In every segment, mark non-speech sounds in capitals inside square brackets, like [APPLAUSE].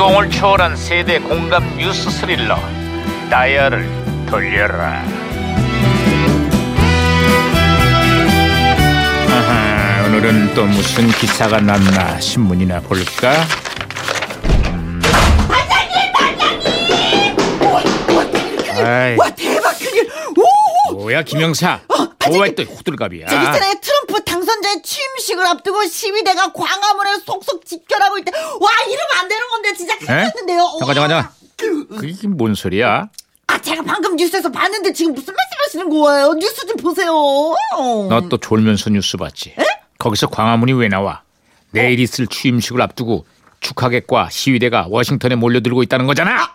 감동을 초월한 세대 공감 뉴스 스릴러 다이얼을 돌려라 아하, 오늘은 또 무슨 기사가 났나 신문이나 볼까? 아이, 와 대박 큰일 오! 뭐야 김영사 뭐야 또 호들갑이야 어, 저기 있잖아요 트럼프 당선자의 취임식을 앞두고 시위대가 광화문을 속속 집결하고 있대 와 이러면 안 되는 건데 진짜 큰일 에? 났는데요 와. 네? 잠깐, 잠깐, 잠깐. 그게 뭔 소리야? 아 제가 방금 뉴스에서 봤는데 지금 무슨 말씀하시는 거예요 뉴스 좀 보세요 너 또 졸면서 뉴스 봤지? 거기서 광화문이 왜 나와? 내일 있을 취임식을 앞두고 축하객과 시위대가 워싱턴에 몰려들고 있다는 거잖아.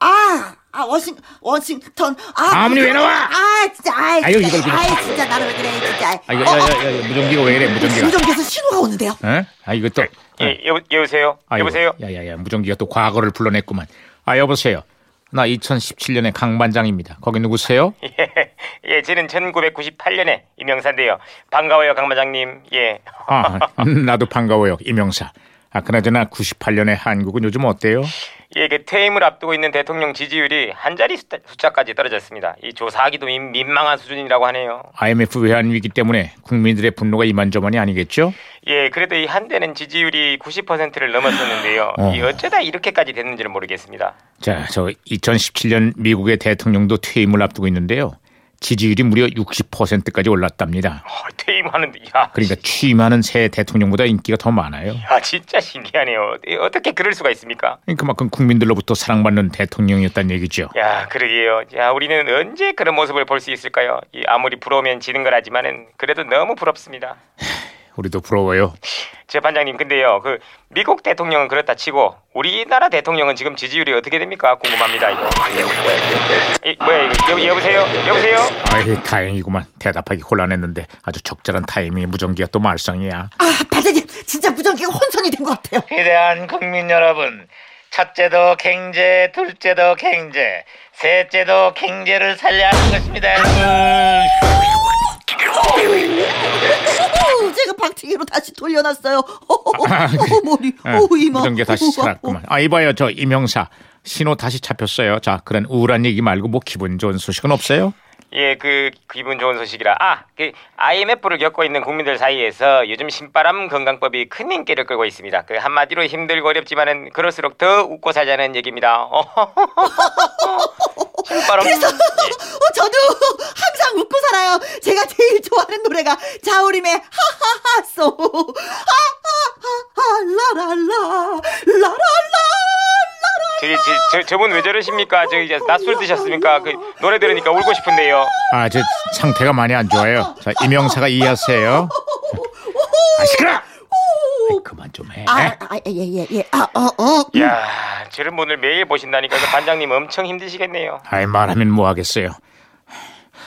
아, 아 워싱 워싱턴 아 아무리 왜 나와? 아 진짜 아이 아유, 진짜, 이걸 그냥. 아이 진짜 나를 왜 그래 진짜 어, 아, 이거, 야, 야, 야, 무전기가 왜 이래? 어? 무전기가. 무전기에서 신호가 오는데요 어? 아, 이거 또. 예, 여, 여보세요? 아이고, 여보세요? 야, 야, 야, 무전기가 또 과거를 불러냈구만. 아, 여보세요. 나 2017년의 강반장입니다. 거기 누구세요? 예, 예, 저는 1998년에 임명사인데요. 반가워요, 강마장님. 예. 아, [LAUGHS] 나도 반가워요, 이명사. 아, 그나저나 98년의 한국은 요즘 어때요? 예, 그 퇴임을 앞두고 있는 대통령 지지율이 한 자리 숫자- 숫자까지 떨어졌습니다. 이 조사하기도 민- 민망한 수준이라고 하네요. IMF 외환 위기 때문에 국민들의 분노가 이만저만이 아니겠죠? 예, 그래도 이 한때는 지지율이 90%를 넘었었는데요. 어. 이 어쩌다 이렇게까지 됐는지는 모르겠습니다. 자, 저 2017년 미국의 대통령도 퇴임을 앞두고 있는데요. 지지율이 무려 60%까지 올랐답니다. 어, 퇴임하는데, 야, 그러니까 아, 취임하는 새 대통령보다 인기가 더 많아요. 예. 야, 진짜 신기하네요. 이 어떻게 그럴 수가 있습니까? 그만큼 국민들로부터 사랑받는 대통령이었다는 얘기죠. 예. 야, 그러게요. 야, 우리는 언제 그런 모습을 볼 수 있을까요? 이 아무리 부러우면 지는 거라지만은 그래도 너무 부럽습니다. 우리도 부러워요. 제 반장님, 근데요, 그 미국 대통령은 그렇다 치고 우리나라 대통령은 지금 지지율이 어떻게 됩니까? 궁금합니다. 이거. 이, 뭐야 이거? 여, 여보세요? 여보세요? 아이, 다행이구만. 대답하기 곤란했는데 아주 적절한 타이밍에 무전기가 또 말썽이야. 아 반장님 진짜 무전기가 혼선이 된 것 같아요 위대한 국민 여러분, 첫째도 경제, 둘째도 경제, 셋째도 경제를 살려야 하는 것입니다. 오, [LAUGHS] 제가 박치기로 다시 돌려놨어요. 어, 어, 아, [LAUGHS] 어, 머리, 예, 어, 이마. 무전기가 다시 어, 살았구만. 아, 이봐요. 저 이명사. 신호 다시 잡혔어요. 자, 그런 우울한 얘기 말고 뭐 기분 좋은 소식은 없어요? 예, 그 기분 좋은 소식이라. 아, 그 IMF를 겪고 있는 국민들 사이에서 요즘 신바람 건강법이 큰 인기를 끌고 있습니다. 그 한마디로 힘들고 어렵지만은 그럴수록 더 웃고 살자는 얘기입니다. 어, [LAUGHS] 신바람. 예, 그래서 [LAUGHS] 어, 저도 항상 웃고 살아요. 제가 제일 좋아하는 노래가 자우림의 하하하소 하하하하 라라라 라라라 저, 저, 저, 저분 왜 저러십니까? 저 이제 낮술 드셨습니까? 그 노래 들으니까 울고 싶은데요. 아, 제 상태가 많이 안 좋아요. 자, 이명사가 이해하세요. 아, 시끄러! 아이, 그만 좀 해. 라아예예예아어어 어. 야, 저런 분을 매일 보신다니까 그 반장님 엄청 힘드시겠네요. 아이, 말하면 뭐 하겠어요.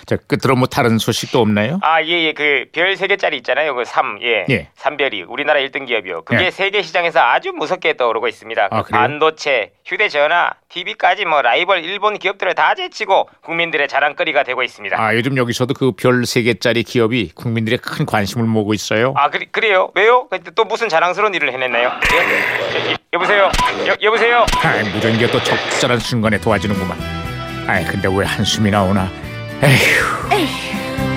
자, 끝으로 뭐 다른 소식도 없나요? 아, 예, 예, 그 별 세 개짜리 있잖아요. 그 삼, 예, 예. 삼별이 우리나라 일등 기업이요. 그게 예. 세계 시장에서 아주 무섭게 떠오르고 있습니다. 아, 그 그래요? 반도체, 휴대전화, TV까지 뭐 라이벌 일본 기업들을 다 제치고 국민들의 자랑거리가 되고 있습니다. 아, 아, 요즘 여기서도 그 별 세 개짜리 기업이 국민들의 큰 관심을 모으고 있어요. 아, 그래, 그래요? 왜요? 근데 또 무슨 자랑스러운 일을 해냈나요? 예? 저, 여- 여보세요? 여, 여보세요? 아, 무전기가 또 적절한 순간에 도와주는구만. 아이, 근데 왜 한숨이 나오나? 에휴.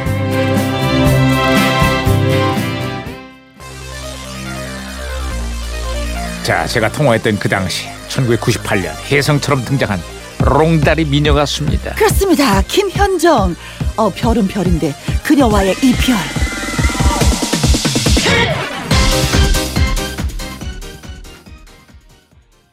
자, 제가 통화했던 그 당시 1998년 혜성처럼 등장한 롱다리 미녀 가수입니다. 그렇습니다. 김현정. 어 별은 별인데 그녀와의 이별.